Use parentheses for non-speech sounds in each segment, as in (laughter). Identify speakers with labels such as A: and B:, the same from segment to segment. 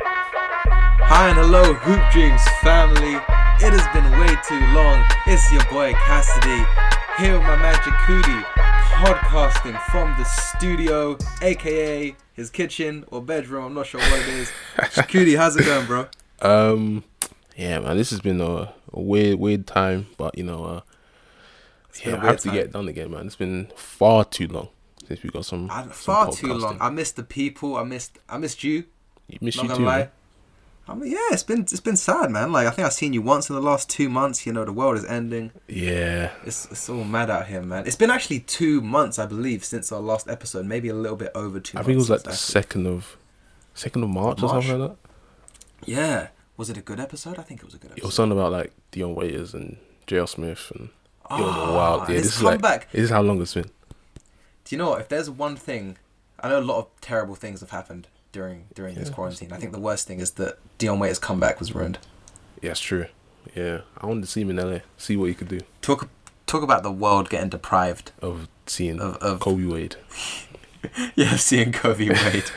A: High and low hoop dreams family. It has been way too long. It's your boy Cassidy here with my man Jacudi, podcasting from the studio, aka his kitchen or bedroom. I'm not sure what it
B: (laughs)
A: is. Jacudi, how's it going, bro?
B: Um, yeah, man, this has been a, a weird, weird time, but you know, uh,
A: been a
B: yeah, I have
A: weird
B: to get it done again, man. It's been far too long since we got some.
A: I,
B: some
A: far too long.
B: podcasting.
A: I missed the people. I missed. I missed you.
B: You miss
A: Not
B: you
A: gonna
B: too.
A: lie.
B: man.
A: I mean, yeah, it's been it's been sad, man. Like I think I've seen you once in the last two months. You know, the world is ending.
B: Yeah,
A: It's, it's all mad out here, man. It's been actually two months, I believe, since our last episode. Maybe a little bit over two.
B: I think it was
A: months
B: like the
A: since
B: second of, second of March, or
A: March?
B: something like that.
A: that- yeah. Was it a good episode? I think it was a good
B: It was
A: episode.
B: something about like Dion Waiters and JL Smith, and it was
A: Ah,
B: a wild. Yeah,
A: his
B: this is like
A: comeback.
B: this is how long it's been.
A: Do you know what? If there's one thing, I know a lot of terrible things have happened during during this quarantine. I think the worst thing is that Dion Waiters' comeback was ruined.
B: Yeah, it's true. Yeah, I wanted to see him in LA, see what he could do
A: Talk talk about the world getting deprived
B: of seeing
A: Of- of-
B: Kobe Wade.
A: (laughs) Yeah, seeing Kobe
B: (laughs)
A: Wade.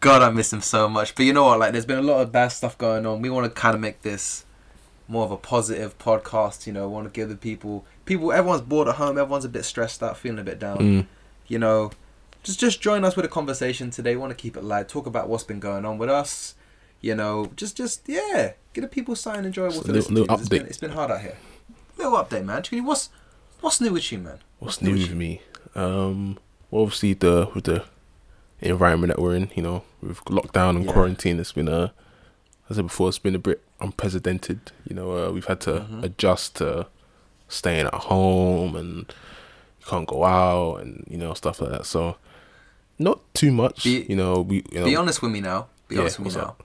A: God, I miss him so much. But you know what? Like, there's been a lot of bad stuff going on. We want to kind of make this more of a positive podcast. You know, want to give the people, people, everyone's bored at home. Everyone's a bit stressed out, feeling a bit down.
B: Mm.
A: You know, just just join us with a conversation today. We want to keep it light. Talk about what's been going on with us. You know, just just yeah, get the people something enjoyable
B: Just a
A: to listen
B: little- little
A: to. It's been,
B: update.
A: it's been hard out here. Little update, man. Chikini, What's what's new with you, man?
B: What's new with me? Um, well, obviously the with the environment that we're in, you know, with lockdown and
A: Yeah.
B: quarantine, it's been uh as I said before, it's been a bit unprecedented. You know, uh, we've had to
A: Mm-hmm.
B: adjust to staying at home and you can't go out and you know stuff like that. So not too much,
A: Be-
B: you know. We you know,
A: Be honest with me now. Be
B: Yeah,
A: honest with me
B: what's
A: now.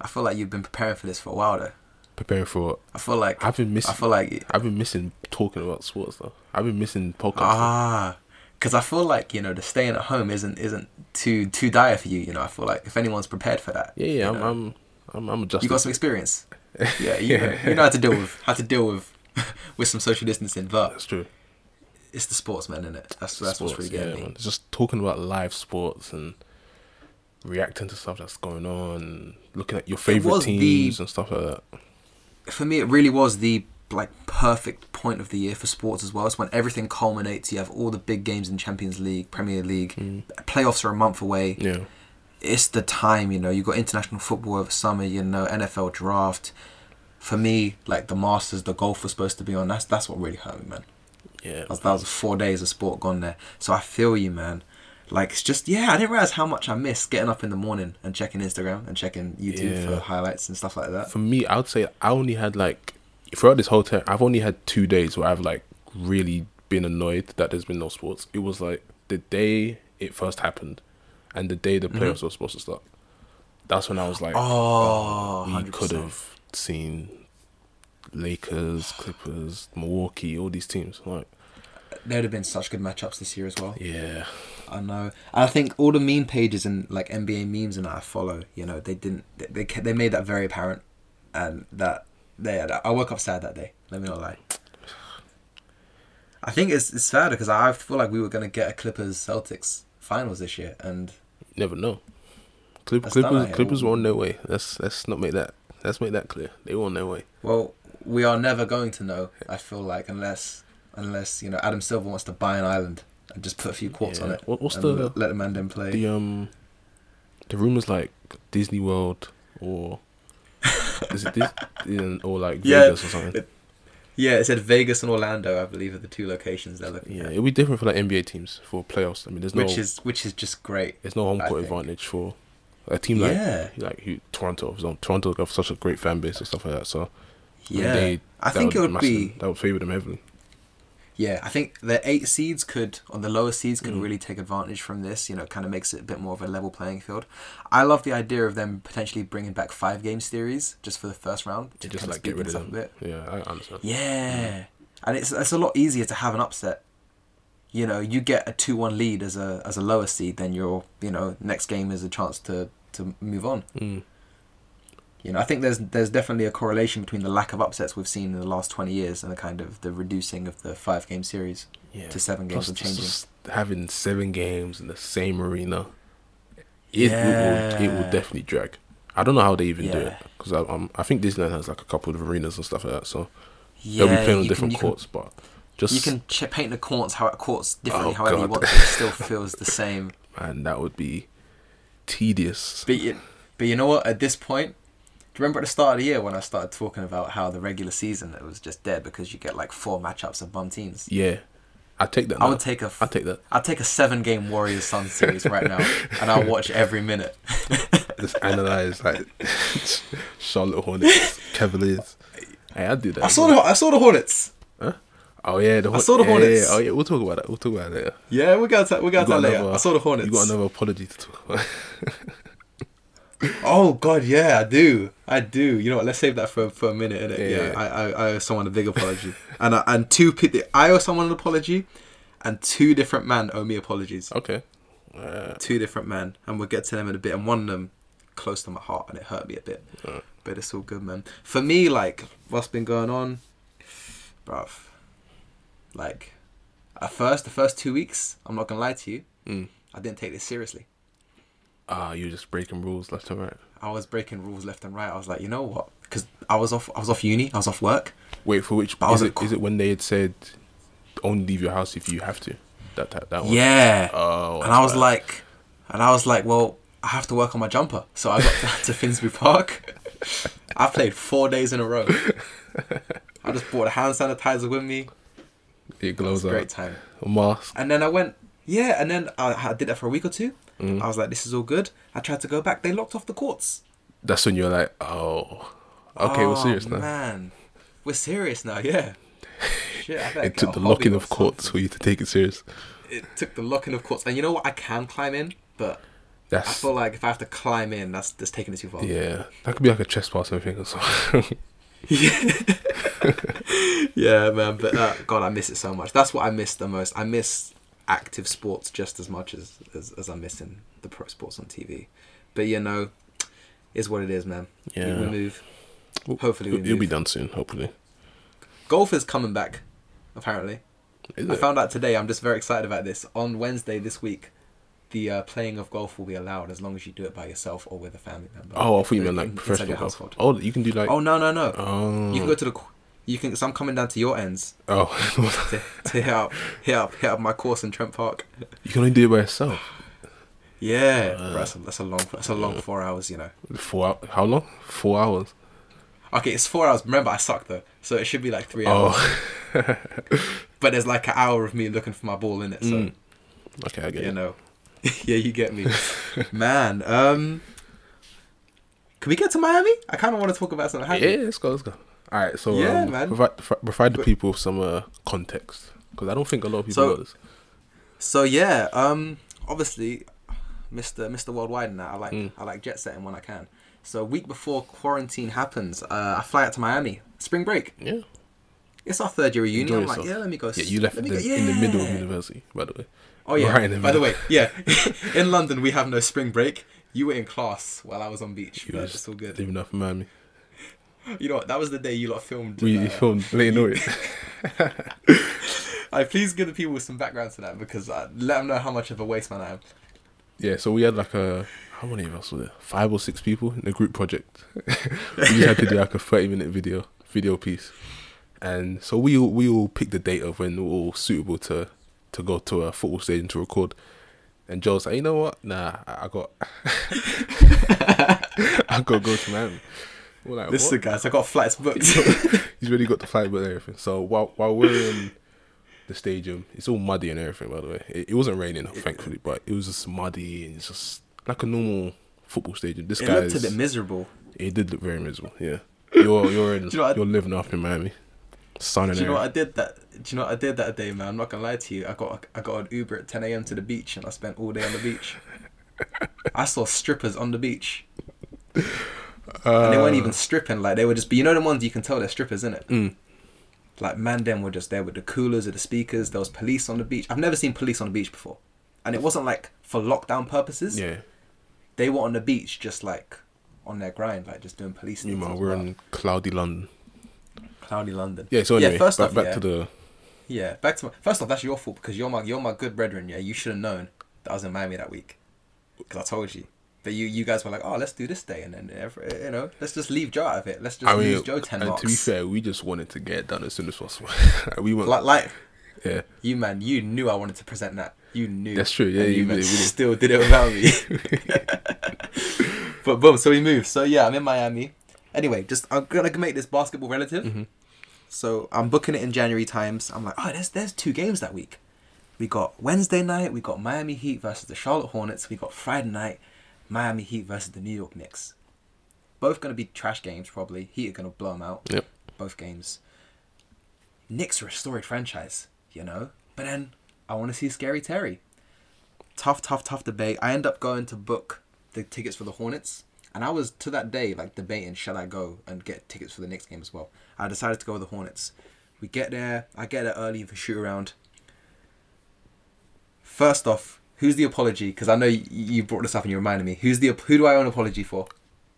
A: I feel like you've been preparing for this for a while though.
B: preparing for.
A: I feel like
B: I've been
A: I
B: missing.
A: feel like
B: I've been missing talking about sports though. I've been missing podcasts.
A: ah, because I feel like you know the staying at home isn't isn't too too dire for you. You know, I feel like if anyone's prepared for that,
B: yeah, yeah.
A: you
B: I'm,
A: know,
B: I'm I'm I'm adjusting.
A: you got some experience. Yeah, you,
B: (laughs)
A: know, you know how to deal with how to deal with (laughs) with some social distancing, but
B: That's true.
A: it's the sportsman, isn't it? That's that's what's really
B: yeah,
A: getting me.
B: man. Just talking about live sports and reacting to stuff that's going on, looking at your favorite
A: was the-
B: teams and stuff like that.
A: for me, it really was the like perfect point of the year for sports as well. It's when everything culminates. You have all the big games in Champions League, Premier League, playoffs are a month away.
B: Mm. Yeah,
A: It's the time, you know. You got international football over summer. You know, NFL draft. For me, like the Masters, the golf was supposed to be on. That's that's what really hurt me, man.
B: yeah.
A: That was, that was four days of sport gone there. So I feel you, man. Like it's just yeah, I didn't realize how much I missed getting up in the morning and checking Instagram and checking YouTube
B: Yeah.
A: for highlights and stuff like that.
B: For me, I would say I only had like throughout this whole time, I've only had two days where I've like really been annoyed that there's been no sports. It was like the day it first happened, and the day the playoffs were supposed to start. That's when I was like,
A: Mm-hmm. Oh,
B: we could
A: 100%.
B: have seen Lakers, Clippers, Milwaukee, all these teams. Like,
A: There'd have been such good matchups this year as well.
B: yeah.
A: I know. I think all the meme pages and like NBA memes and that I follow, you know, they didn't. They they, ca- they made that very apparent, and that they. I woke up sad that day. Let me not lie. I think it's it's sad because I feel like we were gonna get a Clippers Celtics finals this year, and
B: never know. Clip,
A: That's done out
B: Clippers,
A: here.
B: Clippers were on their way. Let's let's not make that let's make that clear. They were on their way.
A: well, we are never going to know. I feel like unless unless you know Adam Silver wants to buy an island and just put a few quarts on
B: Yeah.
A: it.
B: What- what's
A: and
B: the-
A: let- let the man then play?
B: The um, the rumors like Disney World
A: (laughs)
B: or is it Disney or like
A: Yeah.
B: Vegas or something?
A: Yeah, it said Vegas and Orlando, I believe, are the two locations they're looking
B: Yeah,
A: at.
B: it'll be different for like NBA teams for playoffs. I mean, there's no
A: Which is which is just great.
B: there's no home
A: I
B: court
A: think.
B: advantage for a team like
A: Yeah.
B: like who, Toronto. So Toronto have such a great fan base and stuff like that. So I mean,
A: Yeah,
B: they-
A: I
B: that
A: think it would
B: massively-
A: be.
B: that would favor them heavily.
A: Yeah, I think the eight seeds could, or the lower seeds could
B: Mm.
A: really take advantage from this. You know, kind of makes it a bit more of a level playing field. I love the idea of them potentially bringing back five game series just for the first round to
B: They just
A: kinda
B: like get
A: speed
B: rid of
A: things up
B: them.
A: a bit.
B: Yeah, I understand.
A: Yeah, and it's it's a lot easier to have an upset. You know, you get a two one lead as a as a lower seed, then your you know next game is a chance to to move on.
B: Mm.
A: You know, I think there's there's definitely a correlation between the lack of upsets we've seen in the last 20 years and the kind of the reducing of the five game series
B: Yeah.
A: to seven games
B: Plus,
A: and changing.
B: just having seven games in the same arena, it, it, will, it
A: Yeah.
B: will definitely drag. I don't know how they even do it
A: Yeah.
B: because I, um, I think Disneyland has like a couple of arenas and stuff like that, so
A: yeah,
B: they'll be playing on
A: you
B: different
A: can, you can-
B: courts. but just
A: You can ch- paint the courts how courts differently,
B: Oh,
A: however you
B: God.
A: want. It It
B: (laughs)
A: still feels the same.
B: man, that would be tedious.
A: But you, but you know what? At this point, do you remember at the start of the year when I started talking about how the regular season it was just dead because you get like four matchups of bum teams?
B: Yeah, I take that.
A: I
B: now.
A: would take a f-
B: I take that.
A: I'll take a seven game Warriors Sun series right now, and I'll watch every
B: (laughs)
A: minute.
B: Let's analyze like (laughs) Charlotte Hornets, Cavaliers. Hey, I'd do that.
A: I saw the I saw the Hornets.
B: Oh yeah, the Hor-
A: saw the
B: yeah, yeah,
A: Hornets.
B: Oh yeah, we'll talk about that. We'll talk about that later.
A: Yeah, we got to we got
B: You
A: to
B: got
A: later.
B: another-
A: I saw the Hornets.
B: You got another apology to talk about.
A: Oh God, yeah, I do, I do. You know what? Let's save that for for a minute. Innit?
B: Yeah,
A: Yeah,
B: yeah.
A: I, I I owe someone a big apology, (laughs) and I, and two pe- I owe someone an apology, and two different men owe me apologies.
B: (laughs) okay. Uh,
A: Two different men, and we'll get to them in a bit. And one of them close to my heart, and it hurt me a bit,
B: Alright.
A: but it's all good, man. For me, like what's been going on, bruv. Like, at first, the first two weeks, I'm not gonna lie to you,
B: mm.
A: I didn't take this seriously.
B: Ah, you're just breaking rules left and right.
A: I was breaking rules left and right. I was like, you know what? Because I was off, I was off uni, I was off work.
B: Wait for which?
A: But I
B: Is
A: was
B: it,
A: like-
B: is it when they had said only leave your house if you have to? That that that one.
A: Yeah,
B: Oh.
A: and I was
B: that's bad.
A: like, and I was like, well, I have to work on my jumper, so I got down
B: (laughs)
A: to Finsbury Park. I played four days in a row. I just brought a hand sanitizer with me.
B: it
A: It was
B: glows
A: a great
B: out.
A: time.
B: A mask.
A: And then I went, yeah, and then I, I did that for a week or two.
B: Mm-hmm.
A: I was like, this is all good. I tried to go back. They locked off the courts.
B: That's when you're like, oh, okay, we're
A: Oh,
B: serious now.
A: Man, we're serious now.
B: (laughs)
A: Yeah. Shit, I better
B: It
A: get a
B: took the
A: hobby
B: locking
A: or
B: of courts
A: something.
B: for you to take it serious.
A: It took the locking of courts, and you know what? I can climb in, but I
B: That's
A: feel like if I have to climb in, that's that's taking it too far.
B: yeah. That could be like a trespassing thing or (laughs) something.
A: (laughs) Yeah, man. But uh, God, I miss it so much. That's what I miss the most. I miss active sports just as much as as, as I'm missing the pro sports on TV. But you know, is what it is, man. We-
B: Yeah.
A: We move.
B: Well,
A: Hopefully, we
B: It'll it'll
A: move.
B: be done soon, hopefully.
A: Golf is coming back, apparently.
B: Is
A: I
B: it?
A: found out today. I'm just very excited about this. On Wednesday this week, the uh, playing of golf will be allowed as long as you do it by yourself or with a family member.
B: Oh, I thought you
A: In-
B: meant like
A: inside your
B: professional golf.
A: household.
B: Oh, you can do like.
A: Oh no no no!
B: Oh.
A: You can go to the. qu- You can. So I'm coming down to your ends
B: oh. (laughs)
A: to, to hit up, hit up, hit up my course in Trent Park.
B: you can only do it by yourself.
A: Yeah,
B: Uh.
A: bruh, that's, a, that's a long. That's a long four hours. You know.
B: Four hours. How long? Four hours.
A: Okay, it's four hours. Remember, I suck though, so it should be like three hours.
B: Oh. (laughs)
A: But there's like an hour of me looking for my ball in it. So
B: Mm. Okay, I get
A: you
B: it.
A: know. (laughs) yeah, you get
B: (laughs)
A: me, man. Um, can we get to Miami? I kind of want to talk about something.
B: Yeah,
A: happy.
B: let's go. Let's go. All right. So
A: Yeah,
B: um,
A: man.
B: Provide, fr- provide the people with some uh, context because I don't think a lot of people
A: So-
B: know this.
A: So yeah, um, obviously, Mister Mister Worldwide and that I like
B: Mm.
A: I like jet setting when I can. So week before quarantine happens, uh, I fly out to Miami. Spring break.
B: Yeah.
A: It's our third year reunion.
B: Enjoy
A: I'm like,
B: yourself.
A: yeah, let me go.
B: Yeah, you left
A: let
B: in
A: me
B: the,
A: go-
B: in the middle of
A: yeah.
B: university, by the way.
A: Oh yeah.
B: Right in the
A: By the
B: middle.
A: way,
B: (laughs)
A: yeah. (laughs) in London, we have no spring break. You were in class while I was on beach.
B: You
A: but
B: were
A: it's all good.
B: Leaving off in Miami.
A: You know what? That was the day you lot filmed.
B: We (laughs)
A: uh,
B: filmed Late Night.
A: I please give the people some background to that because I, let them know how much of a waste man I am.
B: Yeah, so we had like a how many of us were there? Five or six people in a group project. (laughs) we just had to do like a thirty minute video video piece, and so we all, we all picked the date of when we're all suitable to to go to a football stadium to record. And Joel's like, you know what? Nah, I I got (laughs) I got to go to Miami. We're like,
A: Listen,
B: what?
A: guys, I got flights booked.
B: (laughs) He's really got the flight book and everything. So while while we're in the stadium, it's all muddy and everything. By the way, it, it wasn't raining thankfully, but it was just muddy and it's just like a normal football stadium. This
A: it
B: guy,
A: looked a bit miserable.
B: it did look very miserable. Yeah, you're you're
A: (laughs)
B: in,
A: Do you know what I-
B: you're living up in Miami, sun and
A: Do you know what I
B: everything.
A: did that? Do you know what I did that day, man? I'm not gonna lie to you. I got I got an Uber at 10 a.m. to the beach, and I spent all day on the beach. I saw strippers on the beach, and they weren't even stripping. Like they were just, but you know the ones you can tell they're strippers, in it.
B: Mm.
A: Like man, them were just there with the coolers or the speakers. There was police on the beach. I've never seen police on the beach before, and it wasn't like for lockdown purposes.
B: yeah,
A: They were on the beach just like on their grind, like just doing police. things
B: Meanwhile,
A: as
B: we're
A: well.
B: in cloudy London.
A: cloudy London.
B: Yeah. So anyway,
A: first
B: back,
A: off,
B: back
A: yeah,
B: to the
A: yeah, back to my, first off, that's your fault because you're my you're my good brethren. Yeah, you should have known that I was in Miami that week because I told you. But you you guys were like, oh, let's do this day, and then every, you know, let's just leave Joe out of it. Let's just
B: I mean,
A: lose Joe ten
B: and
A: marks.
B: to be fair, we just wanted to get it done as soon as possible. (laughs) we went,
A: like like
B: yeah,
A: you man, you knew I wanted to present that. You knew.
B: That's true, yeah,
A: And you
B: you
A: man
B: did, we did.
A: still did it without me.
B: (laughs)
A: but boom, so we moved. So yeah, I'm in Miami. Anyway, just I'm gonna make this basketball relative.
B: Mm-hmm.
A: So I'm booking it in January times. I'm like, oh, there's there's two games that week. We got Wednesday night. We got Miami Heat versus the Charlotte Hornets. We got Friday night, Miami Heat versus the New York Knicks. Both gonna be trash games probably. Heat are gonna blow them out.
B: Yep.
A: Both games. Knicks are a storied franchise, you know. But then I want to see Scary Terry. Tough, tough, tough debate. I end up going to book the tickets for the Hornets, and I was to that day like debating shall I go and get tickets for the next game as well. I decided to go with the Hornets. We get there. I get there early for shoot around. First off, who's the apology? Because I know you, you brought this up and you reminded me. Who's the who do I owe an apology for?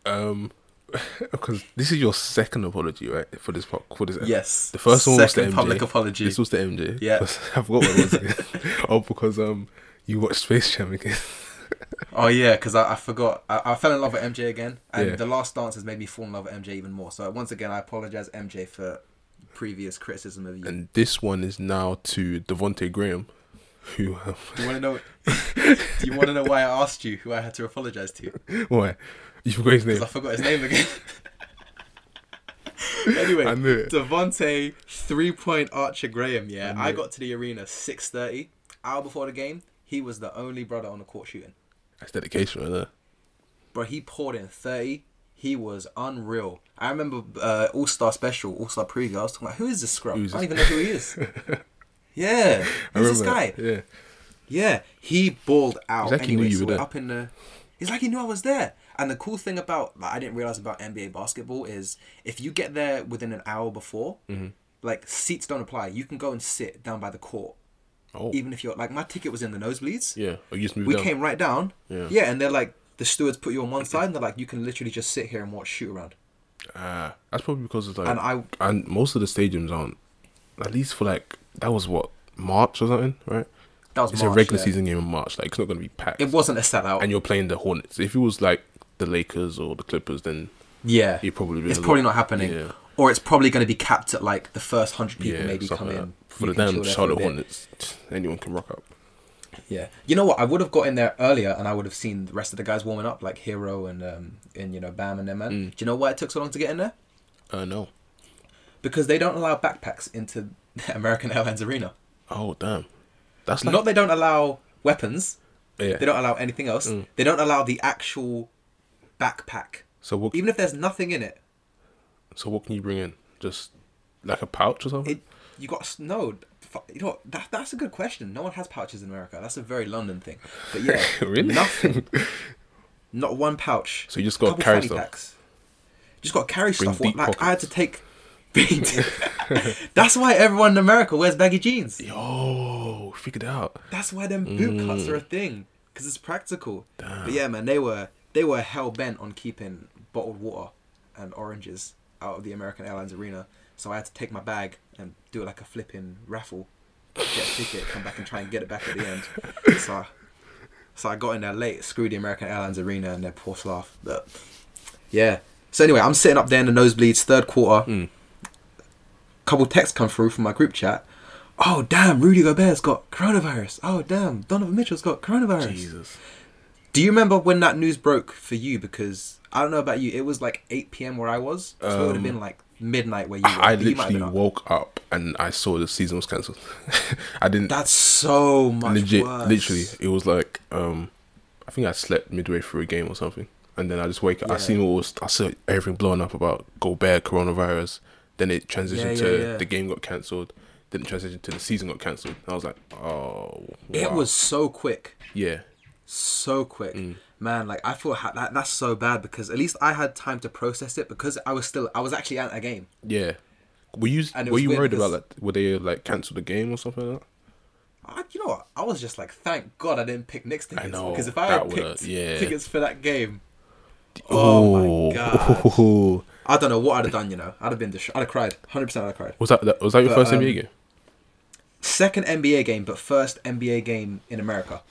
B: um, (laughs) because this is your second apology, right, for this po- for this. e-,
A: Yes.
B: The first one was the
A: Second
B: MJ.
A: public apology.
B: This was the MJ. (laughs)
A: Yeah.
B: I forgot what it was. again.
A: (laughs)
B: oh, because um, you watched Space Jam again. (laughs)
A: Oh yeah, because I, I forgot. I, I fell in love with MJ again, and
B: Yeah.
A: the last dance has made me fall in love with MJ even more. So once again, I apologize, MJ, for previous criticism of you.
B: and this one is now to Devonte Graham, who um, (laughs)
A: do you want to know? do you want to know why I asked you who I had to apologize to?
B: why you forgot his name.
A: Because I forgot his name again. (laughs) anyway,
B: I knew it.
A: Devonte three point Archer Graham. Yeah,
B: knew
A: I,
B: it.
A: got to the arena six thirty, hour before the game. He was the only brother on the court shooting.
B: That's dedication, right there.
A: bro, he poured in 30. He was unreal. I remember uh, All Star Special, All Star Preview. I was talking about who is this scrub?
B: Who's
A: I don't
B: this-
A: even know who he
B: (laughs)
A: is. yeah,
B: I
A: who's this guy?
B: remember that. Yeah.
A: Yeah, he balled out.
B: He's like he knew
A: anyway,
B: you
A: so
B: were
A: we're
B: there.
A: up in the. It's like he knew I was there. And the cool thing about like, I didn't realize about NBA basketball is if you get there within an hour before,
B: Mm-hmm.
A: like seats don't apply. You can go and sit down by the court,
B: Oh.
A: even if you're like my ticket was in the nosebleeds
B: yeah. Oh, you just moved
A: we
B: down.
A: came right down.
B: Yeah.
A: and they're like, the stewards put you on one side, and they're like, you can literally just sit here and watch shoot around.
B: Ah, that's probably because it's like
A: And I-
B: and most of the stadiums aren't. At least for like that was what March or something, right?
A: That was
B: It's
A: March,
B: a regular
A: yeah.
B: season game in March. Like it's not going to be packed.
A: It wasn't a sellout.
B: and you're playing the Hornets. If it was like the Lakers or the Clippers, then
A: yeah,
B: you'd probably be
A: it's
B: a
A: probably
B: lot-
A: not happening,
B: Yeah.
A: or it's probably going to be capped at like the first hundred people
B: yeah,
A: maybe
B: something
A: come
B: like
A: in.
B: that. for the
A: You can chill
B: damn
A: there for a
B: Charlotte
A: bit.
B: Hornets. (sniffs) Anyone can rock up.
A: Yeah, you know what? I would have got in there earlier, and I would have seen the rest of the guys warming up, like Hero and um and you know Bam and them man.
B: Mm.
A: Do you know why it took so long to get in there?
B: Uh no.
A: Because they don't allow backpacks into (laughs) American Airlines Arena.
B: Oh damn. That's like
A: Not they don't allow weapons.
B: yeah.
A: They don't allow anything else.
B: Mm.
A: They don't allow the actual backpack.
B: so what?
A: Even if there's nothing in it,
B: so what can you bring in? Just like a pouch or something?
A: it you got s- no. fu- You know that that's a good question. No one has pouches in America. That's a very London thing. But yeah,
B: (laughs) Really? (laughs)
A: nothing. Not one pouch.
B: So you just gotta
A: Couple
B: carry
A: fanny
B: stuff.
A: packs. Just got to carry stuff.
B: deep
A: like I had to
B: (laughs)
A: take. (laughs) that's why everyone in America wears baggy jeans.
B: Yo, figured it out.
A: That's why them boot cuts are a thing because it's practical. But yeah, man, they were they were hell bent on keeping bottled water and oranges out of the American Airlines arena. So I had to take my bag and do like a flipping raffle, get a ticket, come back and try and get it back at the end. So I, so I got in there late, screwed the American Airlines arena and their poor staff. But yeah. So anyway, I'm sitting up there in the nosebleeds, third quarter.
B: Hmm.
A: Couple texts come through from my group chat. Oh damn, Rudy Gobert's got coronavirus. Oh damn, Donovan Mitchell's got coronavirus.
B: Jesus.
A: Do you remember when that news broke for you? Because I don't know about you, it was like 8 p.m. where I was, so it would have been like midnight where you. Were.
B: Um, I
A: but you might have
B: literally
A: been up.
B: woke up and I saw the season was cancelled. (laughs) I didn't
A: That's so much
B: legit.
A: worse.
B: Literally, it was like um, I think I slept midway through a game or something, and then I just wake up. I
A: Yeah.
B: seen all I saw everything blowing up about Gobert coronavirus. Then it transitioned
A: Yeah, yeah,
B: to
A: yeah.
B: the game got cancelled. Then it transitioned to the season got cancelled. And I was like, oh,
A: It
B: wow. Mm.
A: was so quick.
B: yeah.
A: so quick man like i feel ha- that, that's so bad because at least i had time to process it because i was still i was actually at a game
B: Yeah. Were you
A: And it
B: were
A: was
B: you
A: weird
B: worried about
A: because-
B: that? Were they like cancel the game or something like that?
A: I, you know what i was just like thank god i didn't pick Knicks tickets
B: know,
A: because if i
B: that
A: had
B: would've-
A: picked
B: yeah.
A: tickets for that game Oh my God.
B: Oh.
A: I don't know what I'd have done. You know, I'd have been. Dist- I'd have cried. Hundred percent. I'd have cried.
B: (laughs) Was that, that was that your
A: But,
B: first
A: um,
B: NBA game?
A: Second NBA game, but first NBA game in America.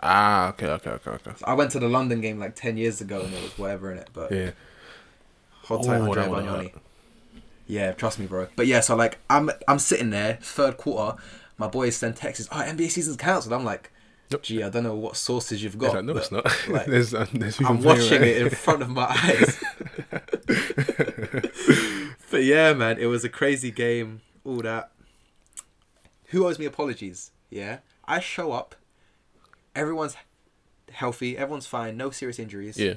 B: Ah, okay, okay, okay, okay.
A: I went to the London game like ten years ago, and it was whatever in it. But
B: Yeah.
A: Hold tight,
B: Oh,
A: Andre
B: that would've
A: Bagnoni.
B: hurt.
A: Yeah, trust me, bro. But yeah, so like I'm I'm sitting there, third quarter. My boys send texts. Oh, NBA season's cancelled. I'm like,
B: Nope.
A: gee, I don't know what sources you've
B: It's
A: got.
B: like, no,
A: but,
B: it's not. (laughs)
A: like,
B: there's, um, there's people
A: I'm
B: playing (laughs)
A: watching
B: right
A: it in front of my eyes. but yeah, man, it was a crazy game. All that. Who owes me apologies? Yeah, I show up. Everyone's healthy. Everyone's fine. No serious injuries.
B: Yeah.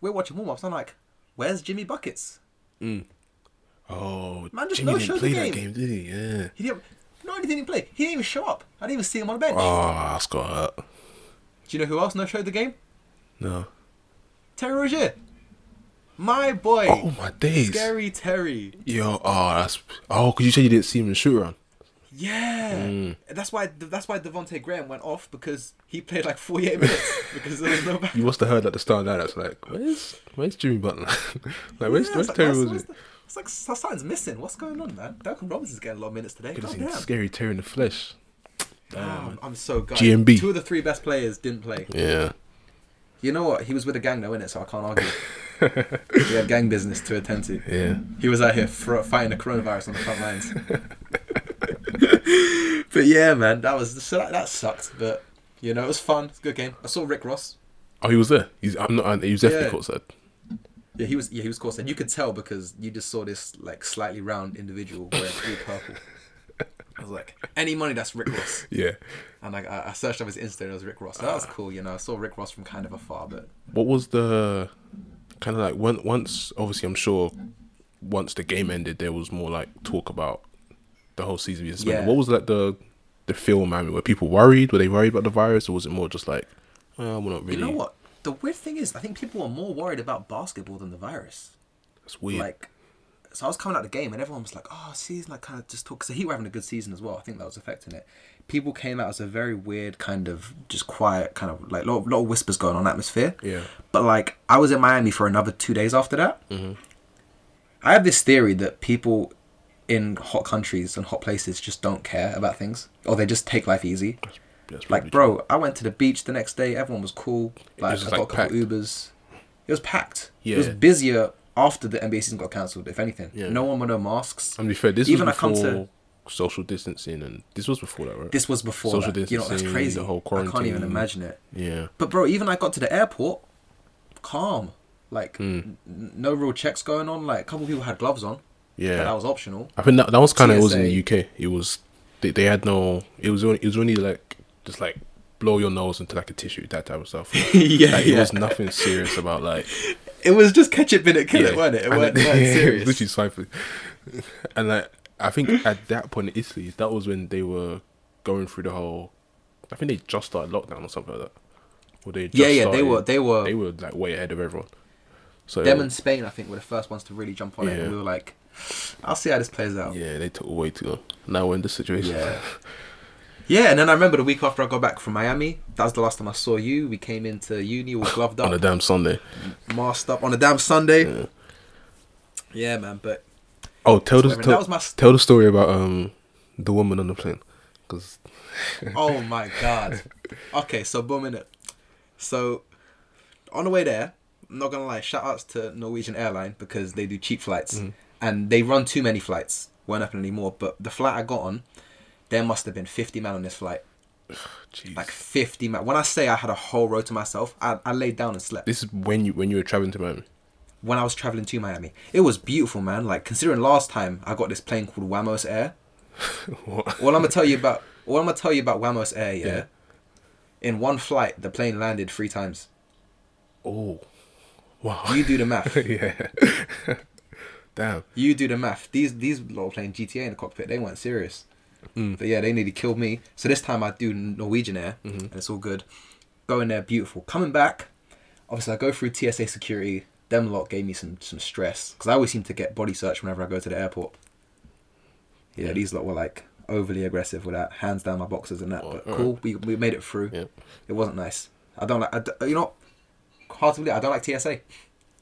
A: We're watching warm ups. I'm like, where's Jimmy buckets?
B: Oh,
A: Man, just
B: Jimmy
A: no-showed
B: didn't
A: the
B: play that
A: game.
B: game, did he? Yeah.
A: He didn't. No, he didn't even play. He didn't even show up. I didn't even see him on the bench.
B: Oh, that's got hurt.
A: Do you know who else no showed the game?
B: No.
A: Terry Rozier, my boy,
B: Oh my days.
A: scary Terry.
B: Yo, oh, that's oh, because you said you didn't see him in shoot around.
A: Yeah,
B: Mm.
A: that's why that's why Devonte Graham went off because he played like 48
B: (laughs)
A: minutes because there was no back.
B: You must have heard at the start of that. It's like, where's where's Jimmy Butler? (laughs) like, where's
A: Yeah,
B: where's
A: it's like,
B: Terry
A: what's-
B: Rozier?
A: what's the- It's like so- something's missing. What's going on, man? Duncan Robinson's getting a lot of minutes today.
B: Could have
A: God
B: seen
A: damn.
B: scary Terry in the flesh. Um,
A: Damn, I'm so good.
B: GMB.
A: Two of the three best players didn't play.
B: Yeah.
A: You know what? He was with a gang though, innit? So I can't argue.
B: (laughs)
A: he had gang business to attend to.
B: Yeah.
A: He was out here fr- fighting the coronavirus on the front lines. (laughs) but yeah, man, that was so that, that sucked. But you know, it was fun. It's a good game. I saw Rick Ross.
B: Oh, he was there. He's I'm not. He was definitely
A: Yeah.
B: caught side.
A: Yeah, he was. Yeah, he was course, and you could tell because you just saw this like slightly round individual wearing all purple. I was like, any money that's Rick Ross,
B: Yeah.
A: and like I, I searched up his Insta, and it was Rick Ross. So that was cool, you know. I saw Rick Ross from kind of afar, but
B: What was the kind of like when once obviously I'm sure once the game ended there was more like talk about the whole season being suspended.
A: Yeah.
B: What was like the the film I mean, were people worried? Were they worried about the virus or was it more just like oh, we're not really
A: you know what? The weird thing is, I think people were more worried about basketball than the virus.
B: It's weird.
A: like so I was coming out of the game and everyone was like, "Oh, season!" Like kind of just talk because he were having a good season as well. I think that was affecting it. People came out as a very weird kind of just quiet kind of like lot of, lot of whispers going on atmosphere.
B: Yeah.
A: But like I was in Miami for another two days after that.
B: Mm-hmm.
A: I have this theory that people in hot countries and hot places just don't care about things or they just take life easy.
B: That's
A: Like,
B: probably
A: bro, I went to the beach the next day. Everyone was cool. Like,
B: was
A: I got
B: just, like,
A: a couple
B: packed.
A: Ubers. It was packed. It was
B: Yeah.
A: busier after the NBA season got cancelled, if anything.
B: Yeah.
A: No one wore no masks.
B: And to be fair, this
A: Even
B: was
A: I come to-
B: before social distancing, and this was before that, right?
A: This was before
B: Social
A: that. You know, that's
B: distancing,
A: crazy.
B: the whole
A: I can't even
B: quarantine.
A: imagine it.
B: yeah,
A: But, bro, even I got to the airport, calm. Like,
B: Hmm.
A: n- no real checks going on. Like, a couple people had gloves on. but
B: yeah.
A: that was optional.
B: I think that that was kind of it was in the
A: TSA.
B: UK. It was they, they had no. It was only it was only like just like blow your nose into like a tissue that type of stuff.
A: (laughs) yeah,
B: Like, It was nothing serious about like
A: It was just catch it, bin (laughs) it, kill
B: yeah.
A: it, weren't it? It
B: And
A: weren't,
B: (laughs) it-
A: weren't
B: yeah, it was
A: serious.
B: literally swiping. And like I think at that point in Italy, that was when they were going through the whole. I think they just started lockdown or something like that. Or they just
A: yeah, yeah, they
B: started-
A: were, they were,
B: they were like way ahead of everyone. So
A: them and Spain, I think, were the first ones to really jump on it.
B: Yeah.
A: And we were like, I'll see how this plays out. Yeah.
B: yeah, they took way too long. Now we're in this situation.
A: Yeah. and then I remember the week after I got back from Miami, that was the last time I saw you. We came into uni all gloved
B: (laughs) on a
A: up,
B: damn Sunday.
A: masked up on a damn Sunday. Yeah,
B: Yeah.
A: man, but
B: Oh, tell the
A: whatever. that
B: tell,
A: was my.
B: tell the story about um the woman on the plane because
A: oh my god. Okay, so boom in it. So, on the way there, I'm not gonna lie, shout outs to Norwegian Airline because they do cheap flights and they run too many flights. Won't happen anymore. But the flight I got on, there must have been 50 man on this flight. like 50 man. When I say I had a whole row to myself, I, I laid down and slept
B: this is when you when you were traveling to Miami. (laughs)
A: when I was traveling to Miami. It was beautiful, man. Like considering last time I got this plane called Wamos Air.
B: What?
A: Well, I'm gonna tell you about. Well, I'm gonna tell you about Wamos Air. Yeah?
B: Yeah.
A: In one flight, the plane landed three times.
B: Oh, wow.
A: You
B: (laughs)
A: do the math.
B: yeah. (laughs) Damn.
A: you do the math. These these lot were playing GTA in the cockpit. They weren't serious.
B: Mm.
A: But yeah, they nearly killed me. So this time I do Norwegian Air,
B: Mm-hmm.
A: and it's all good. Going there, beautiful. Coming back, obviously I go through TSA security. Them lot gave me some some stress because I always seem to get body searched whenever I go to the airport. Yeah, these lot were like overly aggressive with that, hands down my boxes and that.
B: Oh,
A: but
B: alright.
A: cool, we, we made it through.
B: Yeah.
A: It wasn't nice. I don't like. I d you know, hard to believe. I don't like TSA.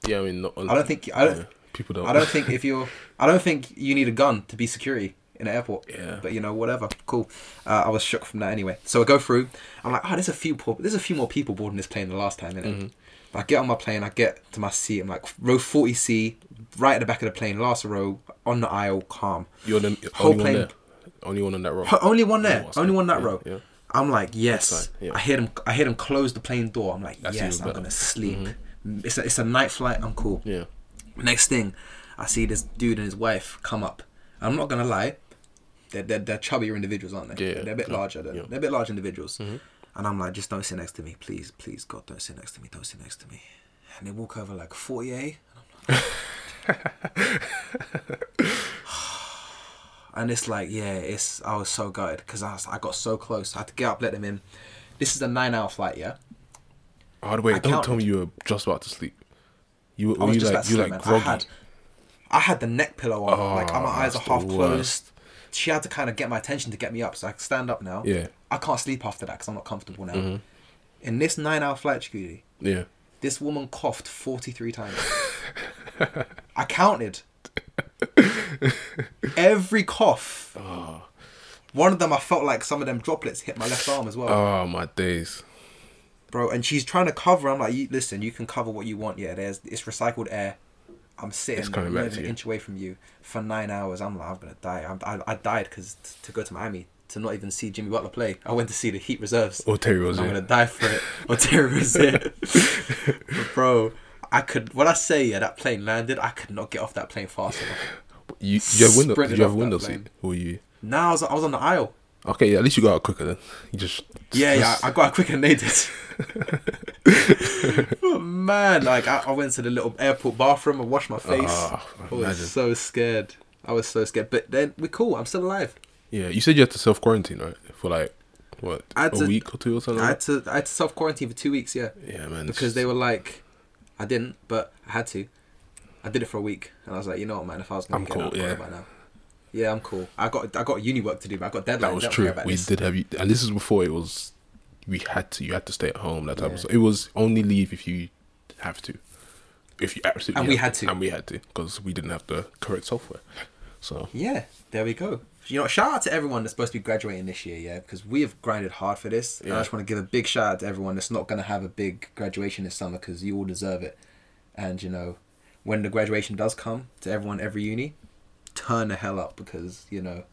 B: Yeah, I mean, not,
A: I don't think I don't.
B: yeah, people don't.
A: I don't think if you're. I don't think you need a gun to be security in an airport.
B: Yeah.
A: But you know, whatever. Cool. Uh, I was shocked from that anyway. So I go through. I'm like, oh, there's a few poor, there's a few more people boarding this plane than last time, innit?
B: Mm-hmm.
A: I get on my plane. I get to my seat. I'm like row 40C, right at the back of the plane, last row on the aisle, calm.
B: (laughs) You're the
A: Whole
B: only one
A: plane-
B: there. Only one on that row.
A: But only one there.
B: Oh, I see.
A: only one that
B: Yeah,
A: row.
B: yeah.
A: I'm like, yes.
B: fine, yeah.
A: I hear him. I hear him close the plane door. I'm like,
B: That's
A: yes.
B: even
A: I'm
B: better. Mm-hmm.
A: gonna sleep. It's a, it's a night flight. I'm cool.
B: Yeah.
A: Next thing, I see this dude and his wife come up. I'm not gonna lie, they're they're, they're chubbier individuals, aren't they?
B: Yeah,
A: they're a bit
B: yeah,
A: larger. They're,
B: yeah. Mm-hmm.
A: they're a bit large individuals. And I'm like, just don't sit next to me, please, please, God, don't sit next to me, don't sit next to me. And they walk over like 40A. And, I'm like- (sighs) and it's like, yeah, it's I was so gutted because I was, I got so close. I had to get up, let them in. This is a nine-hour flight, yeah.
B: Hard way.
A: I
B: Don't tell
A: counted.
B: me you were just about to sleep. You were,
A: I
B: were
A: was
B: you
A: just
B: like
A: about
B: you
A: to
B: like
A: sleep, man.
B: groggy.
A: I had, I had the neck pillow on,
B: Oh,
A: like and my eyes are
B: that's the
A: half
B: worst.
A: closed. She had to kind of get my attention to get me up, so I can stand up now.
B: Yeah. Mm-hmm.
A: I can't sleep after that because I'm not comfortable now. In this nine-hour flight, Scooty,
B: Yeah.
A: this woman coughed 43 times.
B: (laughs)
A: I counted every cough.
B: Oh.
A: One of them, I felt like some of them droplets hit my left arm as well
B: Oh my days.
A: bro. And she's trying to cover. I'm like, you, listen, you can cover what you want. Yeah, there's it's recycled air. I'm sitting
B: It's coming
A: not
B: back
A: even
B: to
A: an
B: you.
A: inch away from you for nine hours. I'm like, I'm gonna die. I'm, I, I died because t- to go to Miami to not even see Jimmy Butler play. I went to see the Heat reserves.
B: Or Oh, Terry
A: I'm gonna
B: Rozier.
A: die for it. (laughs) Or Terry
B: (laughs)
A: Rozier, But bro. I could when I say yeah, that plane landed. I could not get off that plane fast enough.
B: You, you have window.
A: sprinted
B: Did you have
A: off
B: a
A: that
B: window
A: plane.
B: seat? Or you?
A: Now I was, I was on the aisle.
B: Okay. Yeah. At least you got out quicker then. You just.
A: Yeah, yeah,
B: just-
A: I got out quicker than they (laughs) did. but Oh, man, like I, I went to the little airport bathroom and washed my face.
B: Ah,
A: I was
B: imagine.
A: so scared. I was so scared. But then we're cool. I'm still alive.
B: yeah. You said you had to self quarantine right for like what
A: I had
B: a
A: to-
B: week or two or something.
A: I
B: Like
A: had to I had to self quarantine for two weeks. Yeah,
B: that? Yeah, man.
A: because they were like, I didn't, but I had to. I did it for a week, and I was like, you know what, man, if I was gonna
B: I'm
A: get
B: cool,
A: out, I'd got
B: yeah.
A: it by now. Yeah, I'm cool. I got I got uni work to do, but I got deadlines.
B: That was
A: Don't worry
B: true.
A: about
B: We
A: this.
B: did have you, and this is before it was. We had to. You had to stay at home. That type
A: Yeah.
B: of stuff. It was only leave if you have to, if you absolutely.
A: And we
B: have
A: had to.
B: and we had to because we didn't have the correct software. So
A: Yeah, there we go. You know, shout out to everyone that's supposed to be graduating this year, yeah, because we have grinded hard for this. And I
B: Yeah.
A: just want to give a big shout out to everyone that's not going to have a big graduation this summer because you all deserve it. And, you know, when the graduation does come to everyone, every uni, turn the hell up because, you know,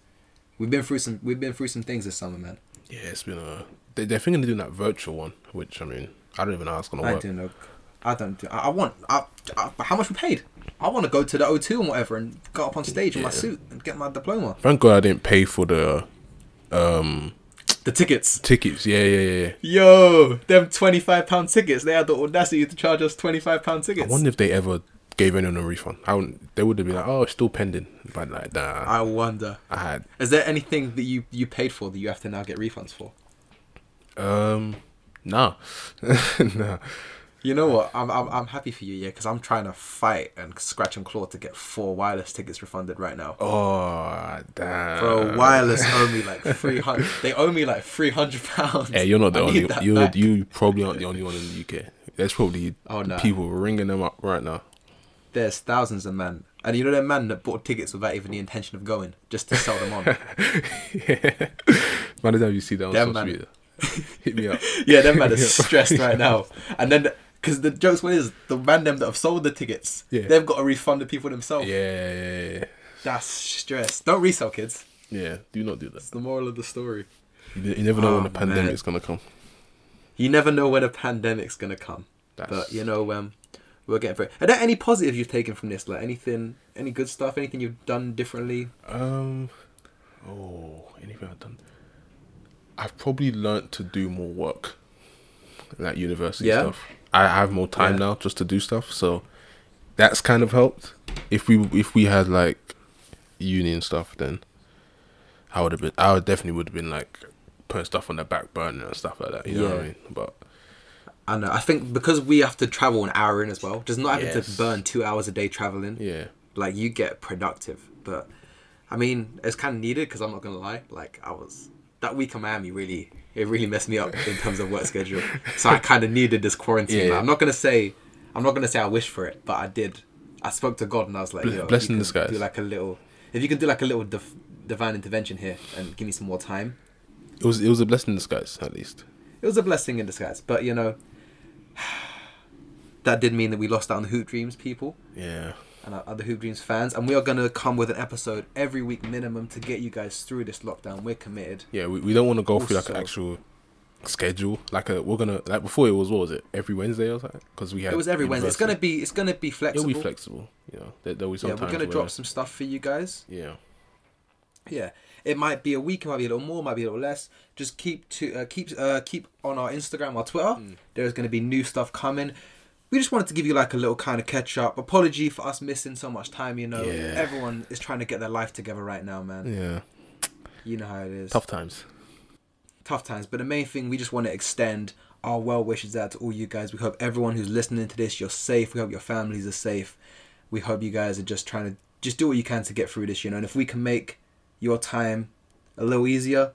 A: we've been through some we've been through some things this summer, man.
B: yeah, it's been a. They, they're thinking of doing that virtual one, which I mean, I don't even know how it's gonna
A: I
B: work.
A: don't know. I don't do. I, I want. I, I, how much we paid? I want to go to the O2 and whatever and go up on stage in my
B: Yeah.
A: suit and get my diploma.
B: Thank God I didn't pay for the um
A: The tickets.
B: tickets. Yeah, yeah, yeah. yeah.
A: Yo, them twenty five pound tickets. They had the audacity to charge us twenty five pound
B: I
A: tickets.
B: wonder if they ever gave anyone a refund. I wouldn't, they would have been like, oh, it's still pending, but like, nah,
A: I wonder.
B: I had
A: Is there anything that you you paid for that you have to now get refunds for?
B: um, nah, (laughs) nah.
A: You know what? I'm I'm, I'm happy for you, yeah, because I'm trying to fight and scratch and claw to get four wireless tickets refunded right now.
B: Oh, damn.
A: Bro,
B: (laughs)
A: wireless owe me like three hundred. they owe me like three hundred pounds.
B: Hey, you're not the
A: I
B: only.
A: need that
B: You
A: back.
B: you probably aren't the only one in the UK. There's probably
A: Oh, nah.
B: people ringing them up right now. (laughs)
A: There's thousands of men, and you know them man that bought tickets without even the intention of going, just to sell them
B: (laughs)
A: on.
B: yeah. Man, the time you see that on
A: Them
B: social
A: man.
B: media, hit me up.
A: (laughs) Yeah, them
B: (laughs)
A: man is stressed right now. And then, because the jokes one is the man them that have sold the tickets,
B: Yeah.
A: they've got to refund the people themselves.
B: Yeah, yeah, yeah,
A: That's stress. Don't resell kids.
B: yeah. Do not do that.
A: It's the moral of the story.
B: You, you never know when
A: Oh,
B: the pandemic's
A: man.
B: gonna come.
A: You never know when a pandemic's gonna come,
B: That's-
A: but you know um, we'll get through. it. Are there any positives you've taken from this? Like anything, any good stuff? Anything you've done differently?
B: Um, oh, anything I've done? I've probably learnt to do more work, like university
A: Yeah.
B: stuff. I have more time
A: Yeah.
B: now just to do stuff, so that's kind of helped. If we if we had like uni and stuff, then I would have been. I would definitely would have been like putting stuff on the back burner and stuff like that. You know what I
A: Yeah.
B: mean? But
A: I know. I think because we have to travel an hour in as well, just not having
B: Yes.
A: to burn two hours a day traveling.
B: yeah,
A: like you get productive but i mean it's kind of needed because i'm not gonna lie like i was that week in Miami really it really messed me up in terms of work schedule. So I kind of needed this quarantine.
B: Yeah,
A: man.
B: yeah.
A: I'm not gonna say I'm not gonna say I wish for it, but I did. I spoke to God and I was like,
B: Bless-
A: Yo,
B: bless
A: if
B: in
A: you
B: disguise.
A: could Do like a little. If you can do like a little div- divine intervention here and give me some more time,
B: It was it was a blessing in disguise, at least.
A: it was a blessing in disguise. But you know, (sighs) that did mean that we lost out on the Hoop Dreams people
B: Yeah.
A: and our other Hoop Dreams fans, and we are gonna come with an episode every week minimum to get you guys through this lockdown. We're committed.
B: Yeah, we, we don't want to go through like an
A: Also-
B: actual schedule. Like a, we're gonna like before it was what was it every Wednesday or something? Because we had
A: It was every Wednesday. It's gonna
B: university.
A: be it's gonna be flexible.
B: it'll be flexible. You know, there, there'll be
A: yeah,
B: sometimes
A: we're gonna
B: where-
A: drop some stuff for you guys.
B: Yeah,
A: yeah it might be a week it might be a little more it might be a little less just keep to uh, keep uh, keep on our instagram our twitter there's going to be new stuff coming we just wanted to give you like a little kind of catch up apology for us missing so much time you know
B: Yeah. Hmm.
A: everyone is trying to get their life together right now man
B: yeah,
A: you know how it is
B: tough times.
A: tough times. But the main thing, we just want to extend our well wishes out to all you guys. We hope everyone who's listening to this, you're safe. We hope your families are safe. We hope you guys are just trying to just do what you can to get through this, you know. And if we can make your time a little easier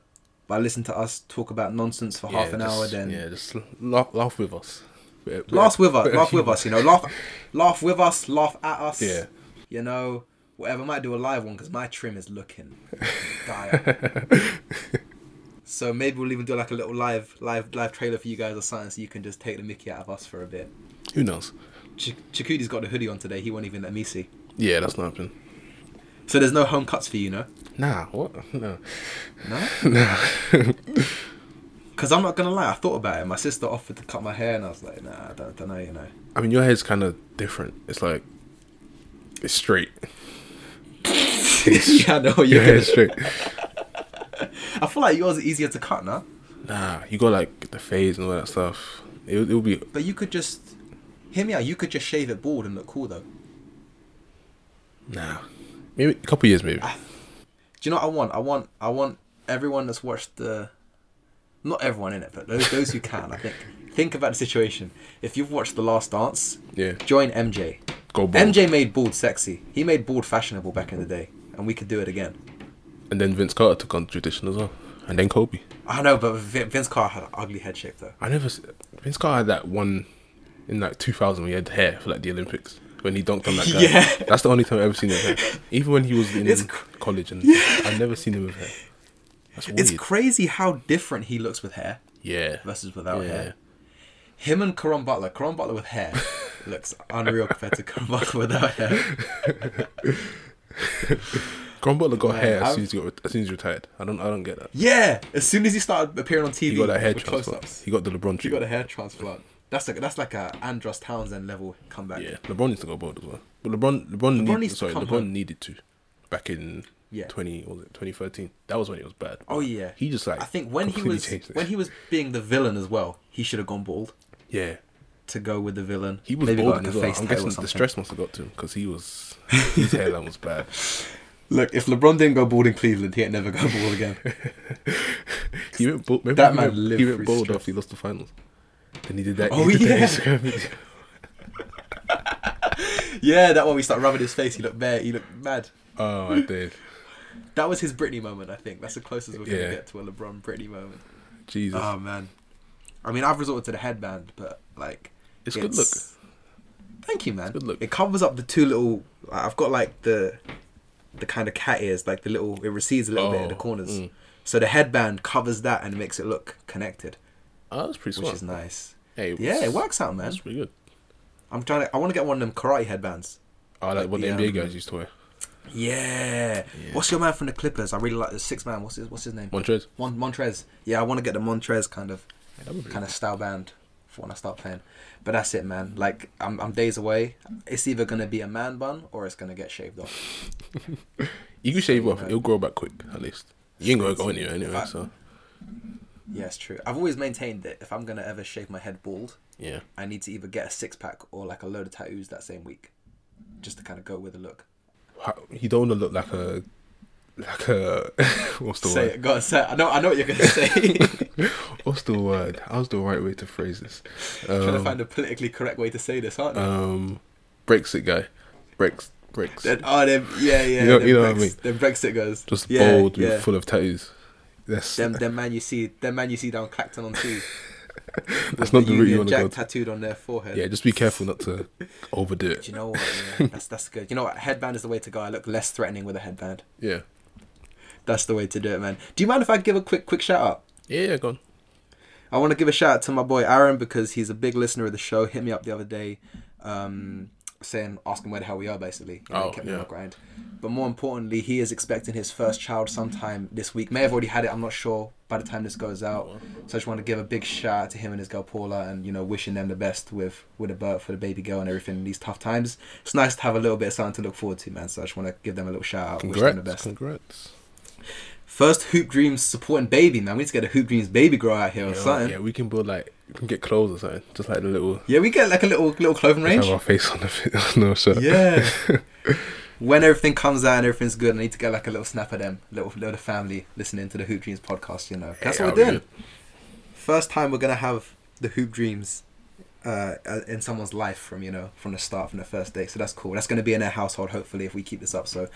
A: by listening to us talk about nonsense for half
B: Yeah,
A: an
B: just-
A: hour, then
B: yeah, just laugh, laugh with us. Bit- bit-
A: laugh with us,
B: bit of
A: laugh
B: humor.
A: with us, you know, (laughs) laugh, laugh with us, laugh at us,
B: Yeah.
A: you know, whatever. might do a live one because my trim is looking dire. (laughs) so maybe we'll even do like a little live, live, live trailer for you guys or something, so you can just take the Mickey out of us for a bit.
B: Who knows?
A: Ch- Chikudi's got the hoodie on today. He won't even let me see.
B: Yeah, that's not happening.
A: So there's no home cuts for you, no,
B: Nah, what? No,
A: (laughs) no.
B: nah.
A: Because I'm not gonna lie, I thought about it. My sister offered to cut my hair, and I was like, nah, I don't, don't know, you know. (laughs)
B: I mean, your hair's kind of different. It's like it's straight. (laughs)
A: yeah, I know what you're
B: Your hair's
A: gonna.
B: straight.
A: I feel like yours is easier to cut, no?
B: Nah, you got like the fades and all that stuff. It it would be
A: But you could just hear me out. You could just shave it bald and look cool, though.
B: nah. Maybe a couple years,
A: Ah,
B: maybe.
A: Do you know what I want? I want I want everyone that's watched the, not everyone in it, but those those who can. I think think about the situation. If you've watched The Last Dance,
B: Yeah.
A: join MJ.
B: Go bald.
A: MJ made bald sexy. He made bald fashionable back in the day, and we could do it again.
B: And then Vince Carter took on tradition as well. And then Kobe.
A: I know, but Vin- Vince Carr had an ugly head shape though.
B: I never. s- Vince Carter had that one in like 2000 when he had hair for like the Olympics when he dunked on that
A: (laughs)
B: guy.
A: Yeah.
B: That's the only time I've ever seen him hair.
A: (laughs)
B: Even when he was in
A: It's cr-
B: college, and I've never seen him with hair. That's weird.
A: It's crazy how different he looks with hair
B: yeah.
A: versus without
B: yeah.
A: hair. Him and Karan Butler. Karan Butler with
B: (laughs)
A: hair looks unreal compared to Karan Butler without hair.
B: Graham Butler got hair as
A: I've-
B: soon as he got as soon as he retired. I don't. I don't get that.
A: Yeah, as soon as he started appearing on TV,
B: He got that hair
A: with
B: transplant.
A: close-ups,
B: He got the LeBron
A: he
B: treatment.
A: got a hair transplant. That's like that's like a Andros Townsend level comeback.
B: Yeah, LeBron needs to go bald as well. But LeBron, LeBron, need,
A: needs to
B: sorry,
A: come
B: LeBron
A: home.
B: needed to back in
A: Yeah.
B: twenty what was it twenty thirteen. That was when it was bad.
A: Oh yeah.
B: he just like
A: I think when he
B: completely
A: was
B: changed it.
A: when he was being the villain as well, he should have gone bald
B: yeah
A: to go with the villain.
B: he was
A: Maybe got
B: balding
A: like a
B: as well.
A: face
B: I'm
A: tattoo or
B: guessing the
A: something.
B: stress must have got to him because he
A: (laughs)
B: was his hairline was bad.
A: Look, if LeBron didn't go bald in Cleveland, he ain't never go bald again.
B: He went bald. Remember
A: That
B: he
A: man
B: went,
A: lived
B: he went
A: through
B: bald
A: stress.
B: after he lost the finals. Then he did that.
A: Oh,
B: he did
A: yeah.
B: that Instagram video.
A: (laughs)
B: (laughs)
A: yeah, that one we start rubbing his face. He looked bare. He looked mad.
B: Oh, I did.
A: That was his Britney moment. I think that's the closest we're
B: Yeah.
A: gonna get to a LeBron Britney moment.
B: Jesus,
A: Oh man, I mean, I've resorted to the headband, but like,
B: It's good look.
A: Thank you, man.
B: good look.
A: It covers up the two little. I've got like the, the kind of cat ears, like the little. It recedes a little bit at the
B: Oh,
A: corners,
B: mm.
A: so the headband covers that and makes it look connected,
B: oh, that's pretty
A: which
B: smart.
A: is nice.
B: Hey,
A: Yeah, it
B: was-
A: works out, man.
B: That's pretty good.
A: I'm trying to. I want to get one of them karate headbands.
B: I like, what the
A: the,
B: NBA
A: um,
B: guys used to wear.
A: Yeah. What's your man from the Clippers? I really like the six man. What's his What's his name?
B: Montrez.
A: Mon- Montrez. Yeah, I want to get the Montrez kind of
B: Yeah, that would be
A: kind of style band for when I start playing. But that's it, man. Like I'm, I'm days away. It's either gonna be a man bun or it's gonna get shaved off.
B: You can shave off.
A: know.
B: It'll grow back quick, at least. You ain't gonna go anywhere anyway.
A: Fact.
B: So
A: Yeah, it's true. I've always maintained that if I'm gonna ever shave my head bald,
B: yeah,
A: I need to either get a six pack or like a load of tattoos that same week, just to kind of go with the look.
B: How- you don't want to look like a like a (laughs) what's the
A: say
B: word?
A: it, go on, say it. I know, I know what you're gonna say. (laughs)
B: What's the word? How's the right way to phrase this?
A: Trying to
B: Um,
A: find a politically correct way to say this, aren't you?
B: um Brexit guy, breaks breaks.
A: Then, oh, then, yeah, yeah.
B: You know-
A: then
B: you know what I
A: Brex-
B: mean.
A: Then Brexit goes.
B: Just
A: yeah,
B: bold,
A: yeah.
B: with full of tattoos. That's,
A: Them, them man you see, them man you see down Clacton on two.
B: (laughs) that's not the route you
A: Union
B: want to
A: Jack
B: go. To.
A: tattooed on their forehead.
B: Yeah, just be careful
A: (laughs)
B: not to overdo it.
A: Do you know what?
B: (laughs)
A: Yeah, that's that's good. You know what? Headband is the way to go. I look less threatening with a headband.
B: Yeah.
A: That's the way to do it, man. Do you mind if I give a quick quick shout out?
B: Yeah, yeah, go on.
A: I want to give a shout out to my boy Aaron because he's a big listener of the show. Hit me up the other day, um, saying asking where the hell we are, basically. You know,
B: Oh,
A: kept me on
B: yeah.
A: the grind. But more importantly, he is expecting his first child sometime this week. May have already had it. I'm not sure. By the time this goes out,
B: Oh,
A: so I just want to give a big shout out to him and his girl Paula, and you know, wishing them the best with with a birth for the baby girl and everything in these tough times. It's nice to have a little bit of something to look forward to, man. So I just want to give them a little shout out. Wish them the
B: Congrats.
A: best.
B: Congrats.
A: First Hoop Dreams supporting baby, man. We need to get a Hoop Dreams baby girl out here or
B: Yeah,
A: something.
B: yeah, we can build like we can get clothes or something. Just like the little
A: Yeah, we get like a little little clothing
B: have
A: range.
B: our face on the (laughs) on the shirt.
A: Yeah.
B: (laughs)
A: when everything comes out and everything's good, I need to get like a little snap of them, little little family listening to the Hoop Dreams podcast. You know, that's
B: Yeah,
A: what
B: that'd
A: we're
B: be
A: doing. First time we're gonna have the Hoop Dreams uh, in someone's life from you know from the start from the first day. So that's cool. That's gonna be in their household hopefully if we keep this up. So,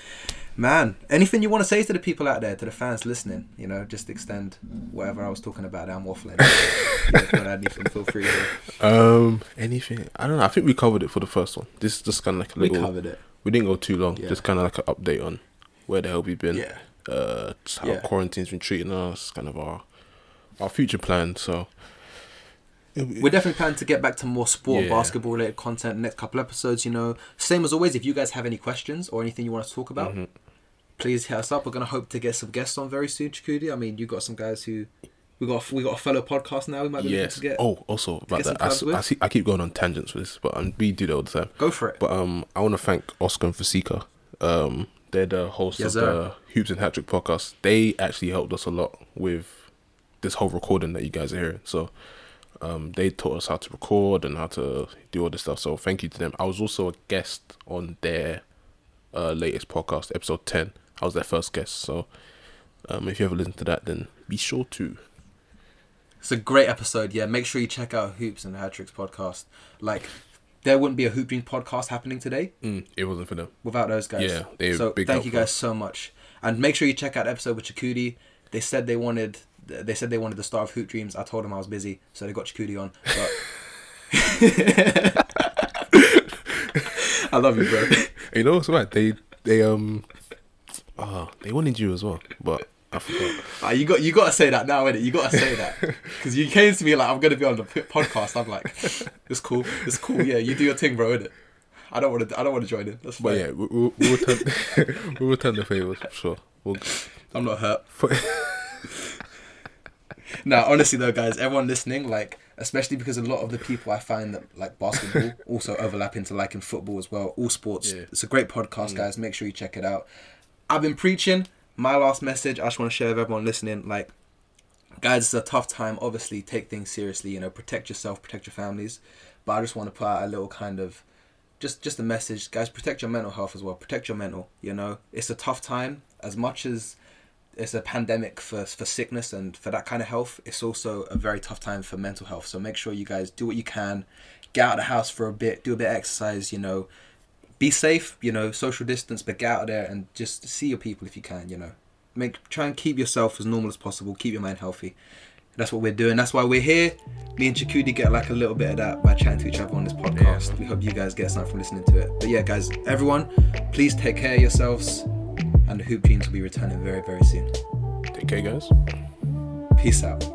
A: man, anything you want to say to the people out there, to the fans listening, you know, just extend whatever I was talking about. I'm
B: (laughs)
A: waffling. you know, if you want to add anything, feel free. to-
B: Um, anything? I don't know. I think we covered it for the first one. This is just kind of like a
A: We
B: little.
A: covered it.
B: We didn't go too long.
A: Yeah.
B: Just kind of like an update on where the hell we've been.
A: Yeah.
B: Uh, just how
A: Yeah.
B: quarantine's been treating us. Kind of our our future plans. So.
A: We're definitely planning to get back to more sport,
B: Yeah.
A: basketball related content next couple episodes. You know, same as always. If you guys have any questions or anything you want us to talk about,
B: Mm-hmm.
A: please hit us up. We're gonna hope to get some guests on very soon, Chikudi. I mean, you got some guys who we got. We got a fellow podcast now. We might be
B: Yes.
A: looking to get.
B: Oh, also about
A: get some
B: that, I,
A: plans
B: s-
A: with?
B: I see. I keep going on tangents with this, but um, we do that all the time.
A: Go for it.
B: But um, I want to thank Oscar and Fasika. Um, they're the hosts
A: Yes,
B: of
A: sir.
B: the Hoops and Hat Trick podcast. They actually helped us a lot with this whole recording that you guys are hearing. So um, they taught us how to record and how to do all this stuff. So thank you to them. I was also a guest on their uh, latest podcast, episode 10. I was their first guest. So um, if you ever listen to that, then be sure to.
A: It's a great episode. Yeah, make sure you check out Hoops and the Hat Tricks podcast. Like, there wouldn't be a Hoop Dreams podcast happening today
B: Mm, it wasn't for them.
A: without those guys.
B: Yeah, they were
A: so
B: big
A: thank
B: help
A: you
B: for
A: guys so much, and make sure you check out episode with Chikudi. They said they wanted. They said they wanted the star of Hoop Dreams. I told them I was busy, so they got Chikudi on. But (laughs) I love you, bro.
B: You know what's right? They they um ah they wanted you as well, but I forgot.
A: Ah, you got you got to say that now, innit? You got to say that because you came to me like I'm gonna be on the p- podcast. I'm like, it's cool, it's cool. Yeah, you do your thing, bro. Innit? I don't want to. I don't want to join it. That's fine.
B: But yeah, we, we'll, we'll (laughs) return we'll return the favors for sure. We'll,
A: I'm not hurt.
B: for,
A: (laughs) No, honestly though, guys, everyone listening, like, especially because a lot of the people I find that like basketball
B: (laughs)
A: also overlap into liking football as well, all sports.
B: Yeah. Mm.
A: It's a great podcast, guys. Make sure you check it out. I've been preaching. My last message, I just want to share with everyone listening, like, guys, it's a tough time. Obviously, take things seriously. You know, protect yourself, protect your families. But I just want to put out a little kind of, just just a message, guys. Protect your mental health as well. Protect your mental. You know, it's a tough time. As much as it's a pandemic for for sickness and for that kind of health, it's also a very tough time for mental health. So make sure you guys do what you can. Get out of the house for a bit. Do a bit of exercise. You know, be safe, you know, social distance, but get out of there and just see your people if you can, you know. Make try and keep yourself as normal as possible, keep your mind healthy. That's what we're doing. That's why we're here. Me and Chikudi get like a little bit of that by chatting to each other on this podcast. We hope you guys get something from listening to it. But yeah, guys, everyone, please take care of yourselves. And the Hoop Dreams will be returning very, very soon.
B: take care, guys.
A: Peace out.